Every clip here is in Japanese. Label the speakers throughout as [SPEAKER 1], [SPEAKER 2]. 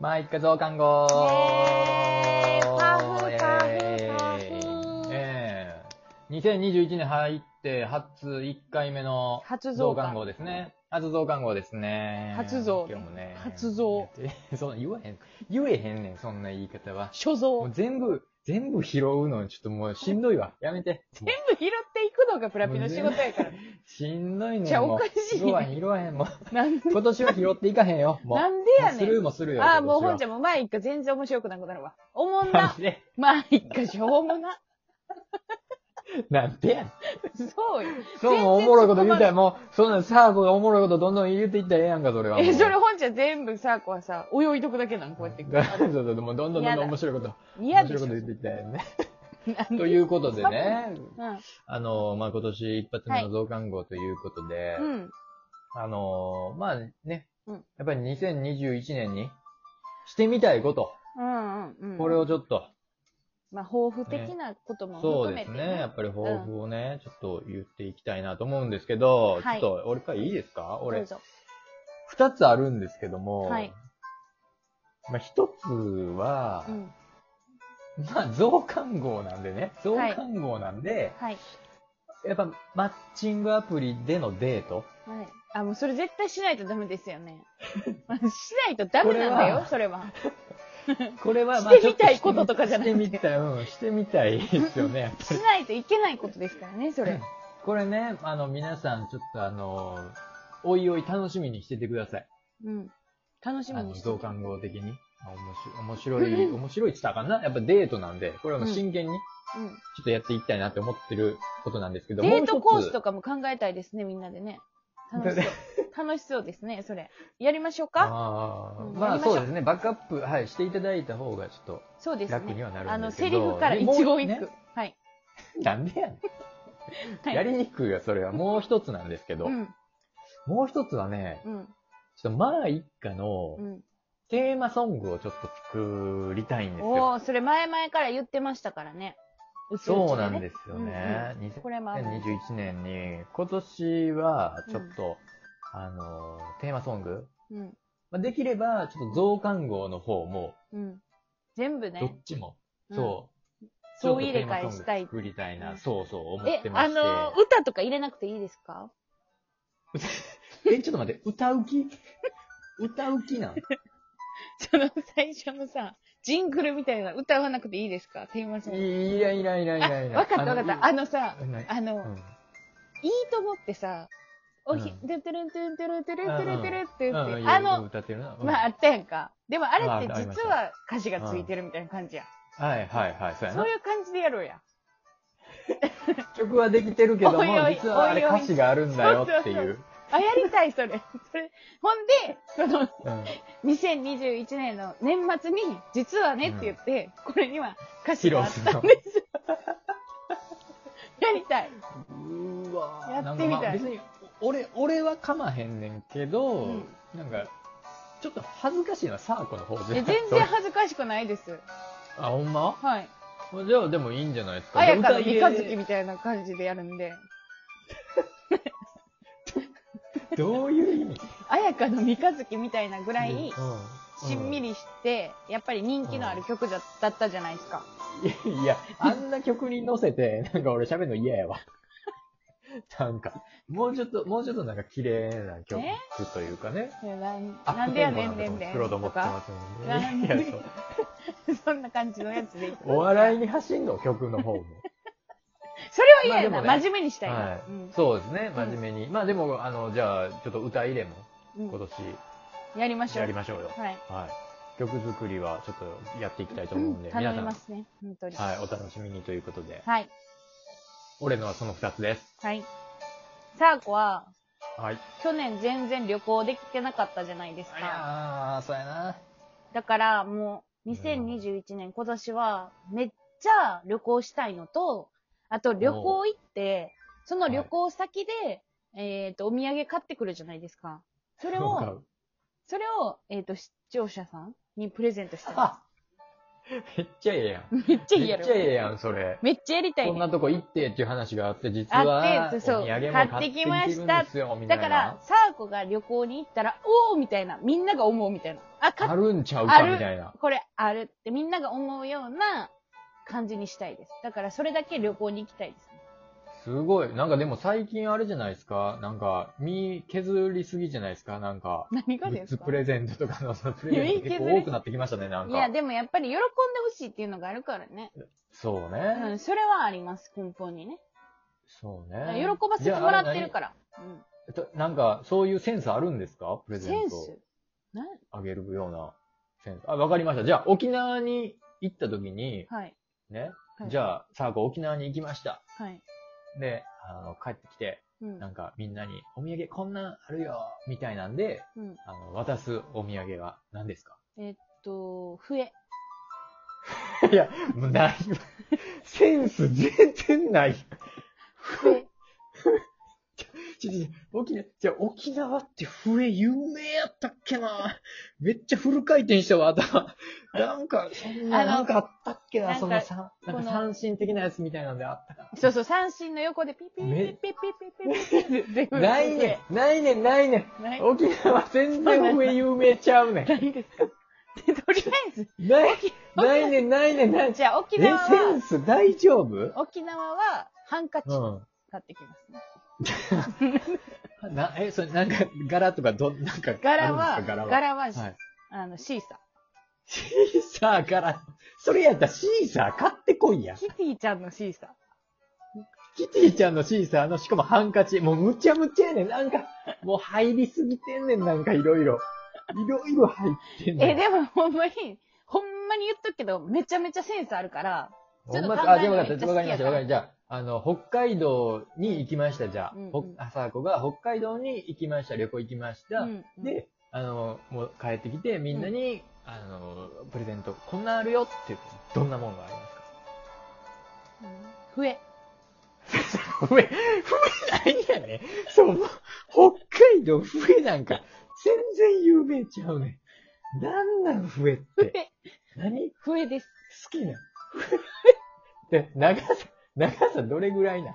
[SPEAKER 1] まあ、一家増刊号
[SPEAKER 2] イエーイパフ
[SPEAKER 1] イエーイ
[SPEAKER 2] パフパフ
[SPEAKER 1] ええ2021年入って、初1回目の
[SPEAKER 2] 初
[SPEAKER 1] 増
[SPEAKER 2] 増
[SPEAKER 1] 刊
[SPEAKER 2] 刊
[SPEAKER 1] 号ですね。初増刊号ですね。
[SPEAKER 2] 初増
[SPEAKER 1] 今日もね。
[SPEAKER 2] 初増
[SPEAKER 1] え。 そう、言わへん。言えへんねん、そんな言い方は。
[SPEAKER 2] 所
[SPEAKER 1] もう
[SPEAKER 2] 蔵。
[SPEAKER 1] 全部、全部拾うの、ちょっともうしんどいわ。やめて。もう
[SPEAKER 2] 全部拾っていくのがプラピの仕事やから。
[SPEAKER 1] しんどいねん。
[SPEAKER 2] じゃあ
[SPEAKER 1] もう
[SPEAKER 2] おかしい
[SPEAKER 1] 拾わへん、拾わへん。もう、
[SPEAKER 2] なんで
[SPEAKER 1] 今年は拾っていかへんよ。もう。
[SPEAKER 2] なんでや
[SPEAKER 1] もうス
[SPEAKER 2] ね
[SPEAKER 1] ル
[SPEAKER 2] ん。
[SPEAKER 1] ーもするよ。
[SPEAKER 2] ああ、もう
[SPEAKER 1] 今
[SPEAKER 2] 本
[SPEAKER 1] 年
[SPEAKER 2] ちゃ
[SPEAKER 1] は
[SPEAKER 2] んも前一回全然面白くなくなる わ。おもん
[SPEAKER 1] な。
[SPEAKER 2] なん
[SPEAKER 1] で、
[SPEAKER 2] 前一回しょうもな。
[SPEAKER 1] なんでやねん。
[SPEAKER 2] そうよ。
[SPEAKER 1] そうもおもろいこと言うたらもう、そんなサーブがおもろいことどんどん言うていったらええやんか、それはもう。
[SPEAKER 2] え、それ本ちゃん全部さ、こうさ、泳いとくだけなんこうや って。
[SPEAKER 1] だそうそうそう、もうどんどんどん
[SPEAKER 2] 嫌
[SPEAKER 1] ど
[SPEAKER 2] だ
[SPEAKER 1] ん面白いこと、
[SPEAKER 2] 嫌
[SPEAKER 1] 面
[SPEAKER 2] で
[SPEAKER 1] 白いこと言っ
[SPEAKER 2] しょ。
[SPEAKER 1] ていったらええね。
[SPEAKER 2] なんで
[SPEAKER 1] ということでね、
[SPEAKER 2] うん。
[SPEAKER 1] あの、まあ、今年一発目の増刊号ということで、
[SPEAKER 2] うん。
[SPEAKER 1] あの、まあ、ね、
[SPEAKER 2] うん
[SPEAKER 1] やっぱり2021年にしてみたいこと、
[SPEAKER 2] うんうんうん。
[SPEAKER 1] これをちょっと、
[SPEAKER 2] まあ、抱負的なことも
[SPEAKER 1] そう
[SPEAKER 2] 含
[SPEAKER 1] で
[SPEAKER 2] めて
[SPEAKER 1] す
[SPEAKER 2] ね。
[SPEAKER 1] ね、やっぱり抱負をね、ちょっと言っていきたいなと思うんですけど、
[SPEAKER 2] はい
[SPEAKER 1] ちょっと、俺からいいですか
[SPEAKER 2] ど
[SPEAKER 1] 俺
[SPEAKER 2] う、ぞ。
[SPEAKER 1] 二つあるんですけども、
[SPEAKER 2] はい
[SPEAKER 1] まあ、一つは、
[SPEAKER 2] うん。
[SPEAKER 1] まあ、増刊号なんでね、増刊号なんで、
[SPEAKER 2] はい。
[SPEAKER 1] やっぱ、マッチングアプリでのデート。
[SPEAKER 2] はい。あ、もうそれ絶対しないとダメです よね。しないとダメなんだよ、それは。
[SPEAKER 1] これは、まあ、
[SPEAKER 2] してみたい
[SPEAKER 1] ちょっしてみ
[SPEAKER 2] こととかじゃなく
[SPEAKER 1] し
[SPEAKER 2] て
[SPEAKER 1] てみたい、うん、してみたいですよね、やっ ぱ
[SPEAKER 2] し
[SPEAKER 1] り。
[SPEAKER 2] ないといけないことですからね、それ。
[SPEAKER 1] これね、あの、皆さん、ちょっとあの、おいおい楽しみにしててください。
[SPEAKER 2] うん。楽し
[SPEAKER 1] あ
[SPEAKER 2] み
[SPEAKER 1] の、
[SPEAKER 2] にして。
[SPEAKER 1] 増刊号的に。面白い、面白い、面白いって言ったらあかんな。やっぱデートなんで、これはもう真剣に、
[SPEAKER 2] うん。
[SPEAKER 1] ちょっとやっていきたいなって思ってることなんですけど、もう
[SPEAKER 2] デ
[SPEAKER 1] 一
[SPEAKER 2] ー
[SPEAKER 1] つ
[SPEAKER 2] トコースとかも考えたいですね、みんなでね。楽しそう。楽しそうですね、それ。やりましょうか
[SPEAKER 1] ああ
[SPEAKER 2] うん
[SPEAKER 1] ま
[SPEAKER 2] や
[SPEAKER 1] あ
[SPEAKER 2] りましょう
[SPEAKER 1] そうですね、バックアップ、はい、していただいた方がちょっと
[SPEAKER 2] そうです
[SPEAKER 1] 楽に
[SPEAKER 2] ね。
[SPEAKER 1] はな
[SPEAKER 2] あ
[SPEAKER 1] るん
[SPEAKER 2] の、
[SPEAKER 1] ですけ
[SPEAKER 2] セ
[SPEAKER 1] ど。
[SPEAKER 2] リフから
[SPEAKER 1] で
[SPEAKER 2] 一
[SPEAKER 1] もう
[SPEAKER 2] 期一
[SPEAKER 1] ね
[SPEAKER 2] 句。はい。
[SPEAKER 1] なんでやね
[SPEAKER 2] は
[SPEAKER 1] ん。
[SPEAKER 2] い
[SPEAKER 1] やりにくいわ、それは。もう一つなんですけど、
[SPEAKER 2] うん。
[SPEAKER 1] もう一つはね、
[SPEAKER 2] うん。
[SPEAKER 1] ちょっとまあ一家の
[SPEAKER 2] うん。
[SPEAKER 1] テーマソングをちょっと作りたいんです
[SPEAKER 2] お
[SPEAKER 1] よ。
[SPEAKER 2] ー、それ前々から言ってましたからね。。
[SPEAKER 1] そうなんですすよね。
[SPEAKER 2] これもある
[SPEAKER 1] 2021年に、今年はちょっと、あの、テーマソング、
[SPEAKER 2] うん。
[SPEAKER 1] まあできれば、ちょっと増刊号の方も、
[SPEAKER 2] うん。全部
[SPEAKER 1] どっ
[SPEAKER 2] ね。
[SPEAKER 1] ちも、
[SPEAKER 2] うん
[SPEAKER 1] そう、
[SPEAKER 2] そう入れ替えしたい。
[SPEAKER 1] 作りたいな、
[SPEAKER 2] うん
[SPEAKER 1] そうそう、思っ
[SPEAKER 2] え
[SPEAKER 1] て、ま
[SPEAKER 2] あ
[SPEAKER 1] して。
[SPEAKER 2] の、歌とか入れなくていいですか
[SPEAKER 1] え、ちょっと待って、歌う気 歌う気なん
[SPEAKER 2] その最初のさ、ジングルみたいな歌わなくていいですかテーマソング。
[SPEAKER 1] いやいやいやい
[SPEAKER 2] あ、
[SPEAKER 1] やいや。
[SPEAKER 2] わかったわかった。あのさ、
[SPEAKER 1] の、ない
[SPEAKER 2] あ
[SPEAKER 1] う
[SPEAKER 2] の、
[SPEAKER 1] ん
[SPEAKER 2] いいと思ってさ、おひ、
[SPEAKER 1] う
[SPEAKER 2] ドゥトゥルントゥルントゥルントゥルントゥルントゥルンって
[SPEAKER 1] うん
[SPEAKER 2] 言
[SPEAKER 1] う
[SPEAKER 2] っ
[SPEAKER 1] ん
[SPEAKER 2] て、あ
[SPEAKER 1] うん
[SPEAKER 2] の、
[SPEAKER 1] 歌ってるな。うん
[SPEAKER 2] まああったやんか。でもあれ
[SPEAKER 1] まあ
[SPEAKER 2] って
[SPEAKER 1] ありました
[SPEAKER 2] 実は歌詞がついてるみたいな感じや。
[SPEAKER 1] はいはいはい、そうや
[SPEAKER 2] そ
[SPEAKER 1] な
[SPEAKER 2] う。いう感じでやろうや。
[SPEAKER 1] 曲はできてるけども、
[SPEAKER 2] おいおい
[SPEAKER 1] 実はあれ
[SPEAKER 2] おいおい
[SPEAKER 1] 歌詞があるんだよってい
[SPEAKER 2] そうう。あ、やりたい、それ。それ。ほんで、 その、
[SPEAKER 1] うん
[SPEAKER 2] 2021年の年末に、実はねって言って、これには歌詞
[SPEAKER 1] 披
[SPEAKER 2] が
[SPEAKER 1] 露
[SPEAKER 2] あっ
[SPEAKER 1] す
[SPEAKER 2] た
[SPEAKER 1] るの。
[SPEAKER 2] やりたい。
[SPEAKER 1] うーわー
[SPEAKER 2] やってみ
[SPEAKER 1] なん
[SPEAKER 2] たい
[SPEAKER 1] かまあ別に、俺、俺はかまへんねんけど、
[SPEAKER 2] うん
[SPEAKER 1] なんか、ちょっと恥ずかしいな、サーコの方じゃ
[SPEAKER 2] いや全然恥ずかしくないです。
[SPEAKER 1] あ、ほんま
[SPEAKER 2] はい。
[SPEAKER 1] じゃあでもいいんじゃないですか。
[SPEAKER 2] あやかの
[SPEAKER 1] 歌入
[SPEAKER 2] 三
[SPEAKER 1] れ
[SPEAKER 2] 日月みたいな感じでやるんで。
[SPEAKER 1] どういう意味
[SPEAKER 2] あやかの三日月みたいなぐらい、しんみ
[SPEAKER 1] り。
[SPEAKER 2] りして、やっぱり人気のある曲だだったじゃないですか。
[SPEAKER 1] いや、あんな曲に乗せて、なんか俺喋るの嫌やわ。なんか、もうちょっと、もうちょっとなんか綺麗な曲
[SPEAKER 2] え
[SPEAKER 1] というかね。
[SPEAKER 2] いやなん
[SPEAKER 1] あ
[SPEAKER 2] なんでやねんねんねん。
[SPEAKER 1] 黒と思
[SPEAKER 2] と
[SPEAKER 1] ってま
[SPEAKER 2] か、
[SPEAKER 1] すもん
[SPEAKER 2] なん
[SPEAKER 1] ね。い
[SPEAKER 2] で
[SPEAKER 1] や、そう。
[SPEAKER 2] そんな感じのやつでいく。
[SPEAKER 1] お笑いに走んの、曲の方も。
[SPEAKER 2] それは嫌や
[SPEAKER 1] まあ
[SPEAKER 2] な。
[SPEAKER 1] でもね
[SPEAKER 2] 真面目にしたいな。
[SPEAKER 1] は
[SPEAKER 2] うん
[SPEAKER 1] い。そうですね、真面目に。まあでも、あの、じゃあ、ちょっと歌入れも、
[SPEAKER 2] うん
[SPEAKER 1] 今年
[SPEAKER 2] やりましょう。
[SPEAKER 1] やりましょうよ。
[SPEAKER 2] はい。
[SPEAKER 1] はい。曲作りはちょっとやっていきたいと思うんで、
[SPEAKER 2] 頼
[SPEAKER 1] 皆
[SPEAKER 2] み
[SPEAKER 1] さん、
[SPEAKER 2] ま
[SPEAKER 1] は
[SPEAKER 2] すね。本当に。
[SPEAKER 1] い、お楽しみにということで。
[SPEAKER 2] はい。
[SPEAKER 1] 俺のはその2つです。
[SPEAKER 2] はい。サーコは、
[SPEAKER 1] はい。
[SPEAKER 2] 去年全然旅行できてなかったじゃないですか。
[SPEAKER 1] ああ、そうやな。
[SPEAKER 2] だからもう、2021年、今年は、めっちゃ旅行したいのと、あと旅行行って、その旅行先で、えっ、と、お土産買ってくるじゃないですか。それを、それを、えっ、と、視聴者さんにプレゼントしたい。
[SPEAKER 1] あめっちゃええやん。
[SPEAKER 2] めっちゃいい
[SPEAKER 1] め
[SPEAKER 2] や
[SPEAKER 1] っ
[SPEAKER 2] ろ
[SPEAKER 1] ちゃ。ええやん、それ。
[SPEAKER 2] めっちゃやりたい
[SPEAKER 1] こん
[SPEAKER 2] ね
[SPEAKER 1] な。とこ行ってっていう話があって、実
[SPEAKER 2] あ
[SPEAKER 1] は、
[SPEAKER 2] ってそう
[SPEAKER 1] お土産も買ってきました。みた
[SPEAKER 2] だ
[SPEAKER 1] いな
[SPEAKER 2] から、。サーコが旅行に行ったら、おーみたいな、みんなが思うみたいな。あ、か
[SPEAKER 1] あるんちゃう
[SPEAKER 2] あ
[SPEAKER 1] か
[SPEAKER 2] る
[SPEAKER 1] みたいな。
[SPEAKER 2] これあるってみんなが思うような感じにしたいです。だからそれだけ旅行に行きたいですね。
[SPEAKER 1] すごい。なんかでも最近あれじゃないですか。なんか、身削りすぎじゃないですか。なんか、
[SPEAKER 2] 何
[SPEAKER 1] グ
[SPEAKER 2] が
[SPEAKER 1] ッ
[SPEAKER 2] です
[SPEAKER 1] ズ
[SPEAKER 2] か
[SPEAKER 1] プレゼントとかのそのプレゼント結構多くなってきましたね、なん
[SPEAKER 2] いや、
[SPEAKER 1] か。
[SPEAKER 2] でもやっぱり喜んでほしいっていうのがあるからね。
[SPEAKER 1] そう
[SPEAKER 2] う
[SPEAKER 1] ね。
[SPEAKER 2] ん、それはあります、根本にね。
[SPEAKER 1] そう
[SPEAKER 2] 喜
[SPEAKER 1] ね。
[SPEAKER 2] ばせてもらってるから。うん
[SPEAKER 1] えっとなんか、そういうセンスあるんですかプレゼ
[SPEAKER 2] セ
[SPEAKER 1] ン
[SPEAKER 2] ン
[SPEAKER 1] ト
[SPEAKER 2] スな
[SPEAKER 1] あげるようなセンス。あ、わかりました。じゃあ、沖縄に行った時に、
[SPEAKER 2] はい。
[SPEAKER 1] ね、
[SPEAKER 2] はい、
[SPEAKER 1] じゃあ、サーコ沖縄に行きました。
[SPEAKER 2] はい。
[SPEAKER 1] で、あの、帰ってきて、
[SPEAKER 2] うん。
[SPEAKER 1] なんかみんなに、お土産こんなんあるよみたいなんで、
[SPEAKER 2] うん。
[SPEAKER 1] あの、渡すお土産は何ですか
[SPEAKER 2] と、笛。
[SPEAKER 1] いや、もうない、センス全然ない。
[SPEAKER 2] 笛。
[SPEAKER 1] ちょちょちょ沖縄、じゃあ沖縄って笛有名やったっけなめっちゃフル回転したわ、頭。なんか、そんな、
[SPEAKER 2] あの
[SPEAKER 1] なんかあったっけな、
[SPEAKER 2] なんか
[SPEAKER 1] そのさ、なん
[SPEAKER 2] こ
[SPEAKER 1] か
[SPEAKER 2] の
[SPEAKER 1] 三振的なやつみたいなんであったか
[SPEAKER 2] そうそう、三振の横でピッピ
[SPEAKER 1] め
[SPEAKER 2] ッピッピッピッピッピッピッピッピ
[SPEAKER 1] な。
[SPEAKER 2] ッ。
[SPEAKER 1] ないねん、ないねん、ないねん。
[SPEAKER 2] 笛。ない。
[SPEAKER 1] 沖縄全然笛有名ちゃうね
[SPEAKER 2] ないですかとりあえず。
[SPEAKER 1] ん。ない、ないねん、ないねん、ない。
[SPEAKER 2] じゃあ、沖
[SPEAKER 1] え、セ
[SPEAKER 2] 縄は
[SPEAKER 1] ンス大丈夫
[SPEAKER 2] 沖縄はハンカチ
[SPEAKER 1] うん。
[SPEAKER 2] 買ってきますね。
[SPEAKER 1] な、え、それ、なんか、柄とか、ど、なんか、
[SPEAKER 2] 柄
[SPEAKER 1] あ
[SPEAKER 2] は、
[SPEAKER 1] るんですか柄は。
[SPEAKER 2] 柄は、
[SPEAKER 1] はい
[SPEAKER 2] あの、シーサ
[SPEAKER 1] シーサー柄。それやったらシーサー買ってこいや
[SPEAKER 2] ー。。キティちゃんのシーサ
[SPEAKER 1] キティちゃんのシーサーの、しかもハンカチ。もうむちゃむちゃやねん。なんか、もう入りすぎてんねん。なんかいろいろ。いろいろ入ってん
[SPEAKER 2] ー。
[SPEAKER 1] ねん。
[SPEAKER 2] え、でもほんまに、ほんまに言っとくけど、めちゃめちゃセンスあるから、
[SPEAKER 1] ほん
[SPEAKER 2] ちょ
[SPEAKER 1] ま
[SPEAKER 2] っと考え
[SPEAKER 1] あ、でも分か
[SPEAKER 2] め
[SPEAKER 1] っ
[SPEAKER 2] っち
[SPEAKER 1] た。わ
[SPEAKER 2] ゃ好き
[SPEAKER 1] かりま
[SPEAKER 2] や
[SPEAKER 1] し
[SPEAKER 2] か
[SPEAKER 1] た。わ
[SPEAKER 2] ら
[SPEAKER 1] かりました。じゃあ、あの、北海道に行きました。じゃあ、
[SPEAKER 2] うんうん
[SPEAKER 1] ほあさあこが北海道に行きました。旅行行きました。
[SPEAKER 2] うんうん
[SPEAKER 1] で、あの、もう帰ってきて、みんなに、あの、プレゼント、こんなあるよって、どんなもんがありますか
[SPEAKER 2] うん笛。
[SPEAKER 1] 笛、笛ないやね。そう、北海道笛なんか、全然有名ちゃうねん。なんなん笛って。
[SPEAKER 2] 笛。
[SPEAKER 1] 何好
[SPEAKER 2] 笛です。
[SPEAKER 1] きなん笛で、長さ、長さどれぐらいなん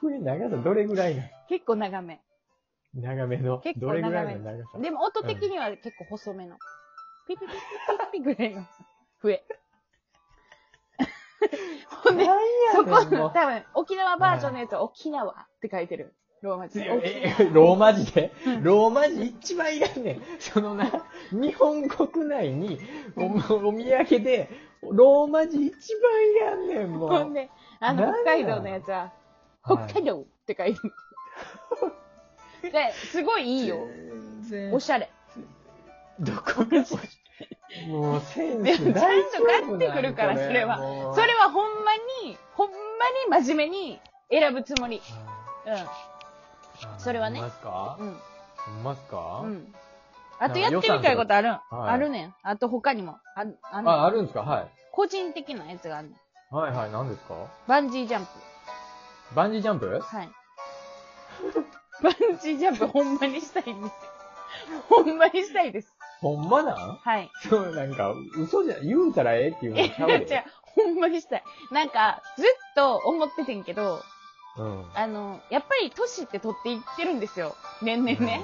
[SPEAKER 1] 笛長さどれぐらいなん
[SPEAKER 2] 結構長め。
[SPEAKER 1] 長めの。
[SPEAKER 2] 結
[SPEAKER 1] ど
[SPEAKER 2] 構
[SPEAKER 1] れぐら
[SPEAKER 2] 長
[SPEAKER 1] い
[SPEAKER 2] め
[SPEAKER 1] の長さ。
[SPEAKER 2] でも音的には結構細めの。ピピピピピピぐらいの笛。ほんで、そこ
[SPEAKER 1] なんやねんも
[SPEAKER 2] の
[SPEAKER 1] う
[SPEAKER 2] 多分、沖縄バージョンのやつは沖縄って書いてる。ローマ字で。
[SPEAKER 1] え えローマ字で
[SPEAKER 2] うん
[SPEAKER 1] ローマ字一番いらんねん。そのな、日本国内におお土産で、ローマ字一番いらんねん、も
[SPEAKER 2] ほん
[SPEAKER 1] う。
[SPEAKER 2] で、あの、
[SPEAKER 1] なんや
[SPEAKER 2] 北海道のやつは、
[SPEAKER 1] はい
[SPEAKER 2] 北海道って書いてる。で、すごいいいよ。
[SPEAKER 1] 全然。
[SPEAKER 2] おしゃれ。
[SPEAKER 1] どこがおしゃれもうセン
[SPEAKER 2] でも
[SPEAKER 1] ス
[SPEAKER 2] ちゃんと
[SPEAKER 1] 大丈夫なん
[SPEAKER 2] 買ってくるから
[SPEAKER 1] こ
[SPEAKER 2] それは
[SPEAKER 1] もう
[SPEAKER 2] それはほんまに、ほんまに真面目に選ぶつもり。
[SPEAKER 1] あ
[SPEAKER 2] それはね
[SPEAKER 1] ほんますか
[SPEAKER 2] うん。うん。
[SPEAKER 1] ほんますか
[SPEAKER 2] うん。あとやってみたいことあるん。
[SPEAKER 1] はい
[SPEAKER 2] あるねん。あと他にも。あ、あの、
[SPEAKER 1] あ、あるんですかはい。
[SPEAKER 2] 個人的なやつがあるねん。
[SPEAKER 1] はいはい、何ですか
[SPEAKER 2] バンジージャンプ。
[SPEAKER 1] バンジージャンプ
[SPEAKER 2] はい。 バンジージャンプほんまにしたいんです。ほんまにしたいです。
[SPEAKER 1] ほんまなん
[SPEAKER 2] はい。
[SPEAKER 1] そう、なんか、嘘じゃ、言うたらええっていうの
[SPEAKER 2] え、
[SPEAKER 1] ちゃうで
[SPEAKER 2] じゃほんまにしたい。なんか、ずっと思っててんけど、
[SPEAKER 1] うん。
[SPEAKER 2] あの、やっぱり年って取っていってるんですよ。年々ね。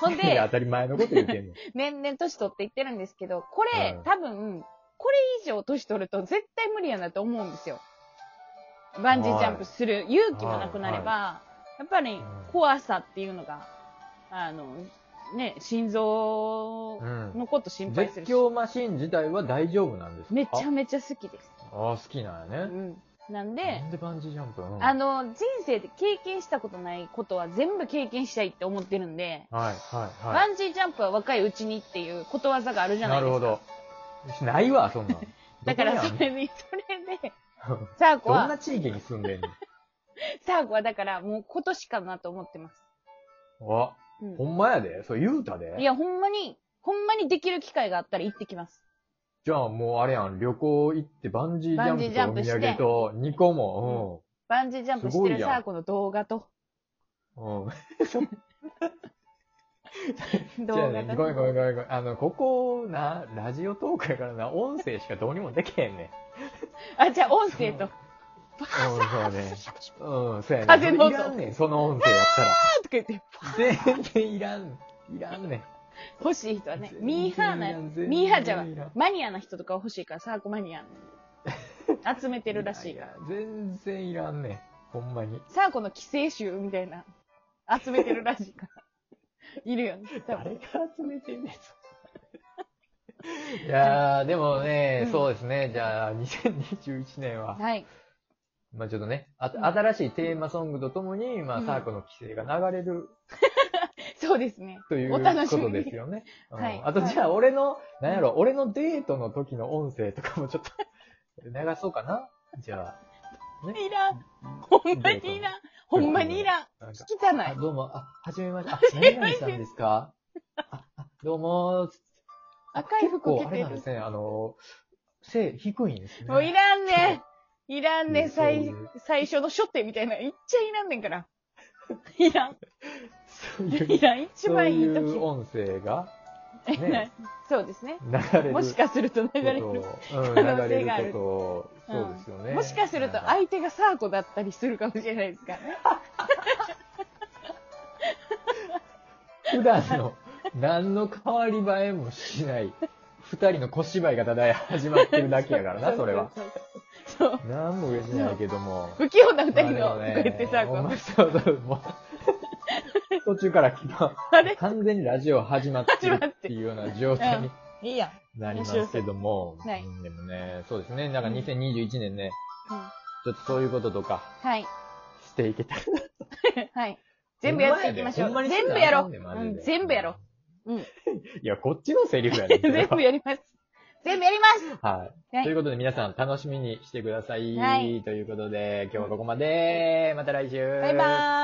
[SPEAKER 2] ほん
[SPEAKER 1] い や当
[SPEAKER 2] で、
[SPEAKER 1] たり前のこと言ってんねん。
[SPEAKER 2] 年々年取っていってるんですけど、これ、
[SPEAKER 1] うん
[SPEAKER 2] 多分、これ以上年取ると絶対無理やなと思うんですよ。バンジージャンプする勇気もなくなれば、やっぱり怖さっていうのが、あの、ね、心臓
[SPEAKER 1] うん。
[SPEAKER 2] のこと心配す
[SPEAKER 1] 絶
[SPEAKER 2] るし、
[SPEAKER 1] 叫マシン自体は大丈夫なんですか
[SPEAKER 2] めちゃめちゃ好きです。
[SPEAKER 1] ああ、好きなん
[SPEAKER 2] う
[SPEAKER 1] やね。
[SPEAKER 2] ん。なん
[SPEAKER 1] な
[SPEAKER 2] で、
[SPEAKER 1] んでバンジージャンプうん
[SPEAKER 2] あの、人生で経験したことないことは全部経験したいって思ってるんで、
[SPEAKER 1] はい、はい、はい
[SPEAKER 2] バ。ンジージャンプは若いうちにっていうことわざがあるじゃない
[SPEAKER 1] な
[SPEAKER 2] で
[SPEAKER 1] る
[SPEAKER 2] すか。
[SPEAKER 1] ほど。ないわ、そんなん。
[SPEAKER 2] だから
[SPEAKER 1] ど
[SPEAKER 2] そ
[SPEAKER 1] こや
[SPEAKER 2] れ
[SPEAKER 1] ん
[SPEAKER 2] で、それで、 サーコ
[SPEAKER 1] どんな
[SPEAKER 2] は、
[SPEAKER 1] 地域に住んでん の
[SPEAKER 2] サーコはだからもう今年かなと思ってます。
[SPEAKER 1] あ、
[SPEAKER 2] う
[SPEAKER 1] ほ
[SPEAKER 2] ん、
[SPEAKER 1] んまやで。そう、言うたで。
[SPEAKER 2] いや、ほんまに、ほんまにできる機会があったら行ってきます。
[SPEAKER 1] じゃあもうあれやん、旅行行ってバンジージ
[SPEAKER 2] バンジージ
[SPEAKER 1] ャ
[SPEAKER 2] ャ
[SPEAKER 1] ン
[SPEAKER 2] ン
[SPEAKER 1] プ
[SPEAKER 2] プ
[SPEAKER 1] と
[SPEAKER 2] し
[SPEAKER 1] お土
[SPEAKER 2] て
[SPEAKER 1] 産と2個も。
[SPEAKER 2] バンジージャンプしてるサーコの動画と、
[SPEAKER 1] うん。うん。
[SPEAKER 2] 動画
[SPEAKER 1] じゃあね
[SPEAKER 2] だ
[SPEAKER 1] ごめんごめん
[SPEAKER 2] と。
[SPEAKER 1] ごめんごめん。あの、ここな、ラジオトークやからな、音声しかどうにもできへんねん。
[SPEAKER 2] あ、じゃあ音声と。バ
[SPEAKER 1] うん、そうね。うん、そうやね。
[SPEAKER 2] 風の音
[SPEAKER 1] いらんねん、その音声やったら。
[SPEAKER 2] ーとか言って、
[SPEAKER 1] 全然いらん。いらんねん。
[SPEAKER 2] 欲しい人はね
[SPEAKER 1] 全、然
[SPEAKER 2] ミーハー
[SPEAKER 1] いら
[SPEAKER 2] な、
[SPEAKER 1] ん全然
[SPEAKER 2] ミーハーじゃない
[SPEAKER 1] いらん
[SPEAKER 2] マニアな人とかは欲しいから、サーコマニア。集めてるらしいから。
[SPEAKER 1] やや全然いらんねん。ほんまに。
[SPEAKER 2] サーコの寄生臭みたいな、集めてるらしいから。いるよね。多分
[SPEAKER 1] 誰が集めてんねん、 いやー、でもね、
[SPEAKER 2] うん
[SPEAKER 1] そうですね。じゃあ、2021年は、
[SPEAKER 2] はい。
[SPEAKER 1] まあちょっとね、あ
[SPEAKER 2] うん
[SPEAKER 1] 新しいテーマソングとともに、ま
[SPEAKER 2] う
[SPEAKER 1] あ、
[SPEAKER 2] ん
[SPEAKER 1] サーコの規制が流れる
[SPEAKER 2] そうですね。
[SPEAKER 1] という
[SPEAKER 2] お楽し
[SPEAKER 1] こ
[SPEAKER 2] みに
[SPEAKER 1] とですよね。うん
[SPEAKER 2] はい
[SPEAKER 1] あと、じゃあ、俺の、なんやろ、俺のデートの時の音声とかもちょっと流そうかな。じゃ
[SPEAKER 2] いらん。ほんまにいらん。ほんまにいらん。
[SPEAKER 1] あ、なんか、
[SPEAKER 2] 汚
[SPEAKER 1] あ、
[SPEAKER 2] い。
[SPEAKER 1] どうも、あ、はじめまして。あ、何々さんですかあ、あどうもーつって
[SPEAKER 2] 赤い服
[SPEAKER 1] 結構、
[SPEAKER 2] 着
[SPEAKER 1] あ
[SPEAKER 2] て
[SPEAKER 1] れなんで
[SPEAKER 2] る。
[SPEAKER 1] すね、あの、背低いんですね。
[SPEAKER 2] もういらんね。いらん
[SPEAKER 1] う
[SPEAKER 2] ね。
[SPEAKER 1] んそう
[SPEAKER 2] 最
[SPEAKER 1] いう、
[SPEAKER 2] 最初の初手みたいな。いっちゃいらんねんから。 い らん。
[SPEAKER 1] そうい、
[SPEAKER 2] いうらん。一
[SPEAKER 1] そう
[SPEAKER 2] 番いい
[SPEAKER 1] いう
[SPEAKER 2] 時。
[SPEAKER 1] 音声が、ね、
[SPEAKER 2] そうですね。
[SPEAKER 1] 流れる。
[SPEAKER 2] もしかすると流れる。
[SPEAKER 1] ことをうん、
[SPEAKER 2] 可能
[SPEAKER 1] 流
[SPEAKER 2] 性があ
[SPEAKER 1] れ
[SPEAKER 2] る
[SPEAKER 1] ることを、
[SPEAKER 2] うん
[SPEAKER 1] そうですよね。
[SPEAKER 2] もしかすると
[SPEAKER 1] なんか
[SPEAKER 2] 相手がサーコだったりするかもしれないですからね。
[SPEAKER 1] 普段の、何の変わり映えもしない、二人の小芝居がただ始まってるだけや からな、それは。
[SPEAKER 2] うそうそう。そう
[SPEAKER 1] 何も嬉しないけども。
[SPEAKER 2] 不器用な二人
[SPEAKER 1] まあ
[SPEAKER 2] の、こうやってサー
[SPEAKER 1] ほん
[SPEAKER 2] コ。
[SPEAKER 1] まそうそう、もう途中から昨日、
[SPEAKER 2] あれ
[SPEAKER 1] 完全にラジオ始まってる
[SPEAKER 2] 始まって
[SPEAKER 1] っていうような状態に
[SPEAKER 2] いいやん。
[SPEAKER 1] なりますけども、
[SPEAKER 2] 面白そう
[SPEAKER 1] うんでもね、そうですね、なんか2021年ね、
[SPEAKER 2] うん
[SPEAKER 1] ちょっとそういうこととか
[SPEAKER 2] はい。
[SPEAKER 1] していけたら。
[SPEAKER 2] はい。全部やっていきましょ
[SPEAKER 1] ほんま
[SPEAKER 2] う。
[SPEAKER 1] に
[SPEAKER 2] 全部やろ
[SPEAKER 1] ほんまに
[SPEAKER 2] う。
[SPEAKER 1] マ
[SPEAKER 2] う
[SPEAKER 1] ジ
[SPEAKER 2] ん
[SPEAKER 1] で
[SPEAKER 2] 全部やろう。うん。
[SPEAKER 1] いや、こっちのセリフやね
[SPEAKER 2] 全部やります。全部やります
[SPEAKER 1] はい。
[SPEAKER 2] はい
[SPEAKER 1] ということで皆さん楽しみにしてください。
[SPEAKER 2] はい
[SPEAKER 1] ということで、今日はここまで。また来週。
[SPEAKER 2] バイバーイ